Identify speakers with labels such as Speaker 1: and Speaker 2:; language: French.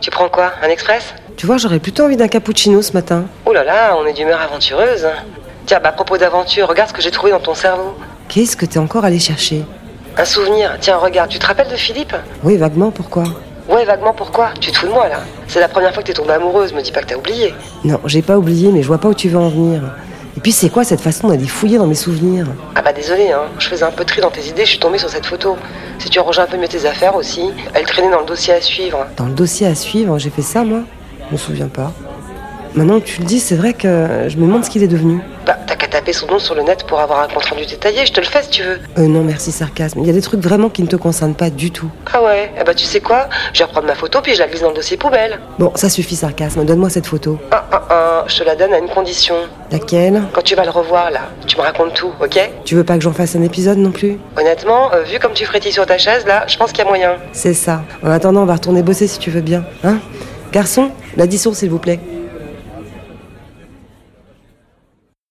Speaker 1: Tu prends quoi Un express
Speaker 2: Tu vois, j'aurais plutôt envie d'un cappuccino ce matin.
Speaker 1: Ouh là là, on est d'humeur aventureuse. Tiens, bah à propos d'aventure, regarde ce que j'ai trouvé dans ton cerveau.
Speaker 2: Qu'est-ce que t'es encore allé chercher
Speaker 1: Un souvenir. Tiens, regarde, tu te rappelles de Philippe
Speaker 2: Oui, vaguement, pourquoi
Speaker 1: Ouais, vaguement, pourquoi Tu te fous de moi, là C'est la première fois que t'es tombée amoureuse, me dis pas que t'as oublié.
Speaker 2: Non, j'ai pas oublié, mais je vois pas où tu veux en venir. Et puis c'est quoi cette façon d'aller fouiller dans mes souvenirs
Speaker 1: Ah bah désolé, hein. je faisais un peu de tri dans tes idées, je suis tombée sur cette photo. Si tu rangeais un peu mieux tes affaires aussi, elle traînait dans le dossier à suivre.
Speaker 2: Dans le dossier à suivre, j'ai fait ça moi Je me souviens pas. Maintenant que tu le dis, c'est vrai que je me demande ce qu'il est devenu.
Speaker 1: Bah, t'as qu'à taper son nom sur le net pour avoir un compte rendu détaillé, je te le fais si tu veux.
Speaker 2: Euh non, merci sarcasme. Il y a des trucs vraiment qui ne te concernent pas du tout.
Speaker 1: Ah ouais Eh bah tu sais quoi Je vais reprendre ma photo puis je la glisse dans le dossier poubelle.
Speaker 2: Bon, ça suffit sarcasme, donne-moi cette photo.
Speaker 1: Ah ah ah, je te la donne à une condition.
Speaker 2: Laquelle
Speaker 1: Quand tu vas le revoir là, tu me racontes tout, ok
Speaker 2: Tu veux pas que j'en fasse un épisode non plus
Speaker 1: Honnêtement, euh, vu comme tu frétilles sur ta chaise là, je pense qu'il y a moyen.
Speaker 2: C'est ça. En attendant, on va retourner bosser si tu veux bien. Hein Garçon, l'addition s'il vous plaît.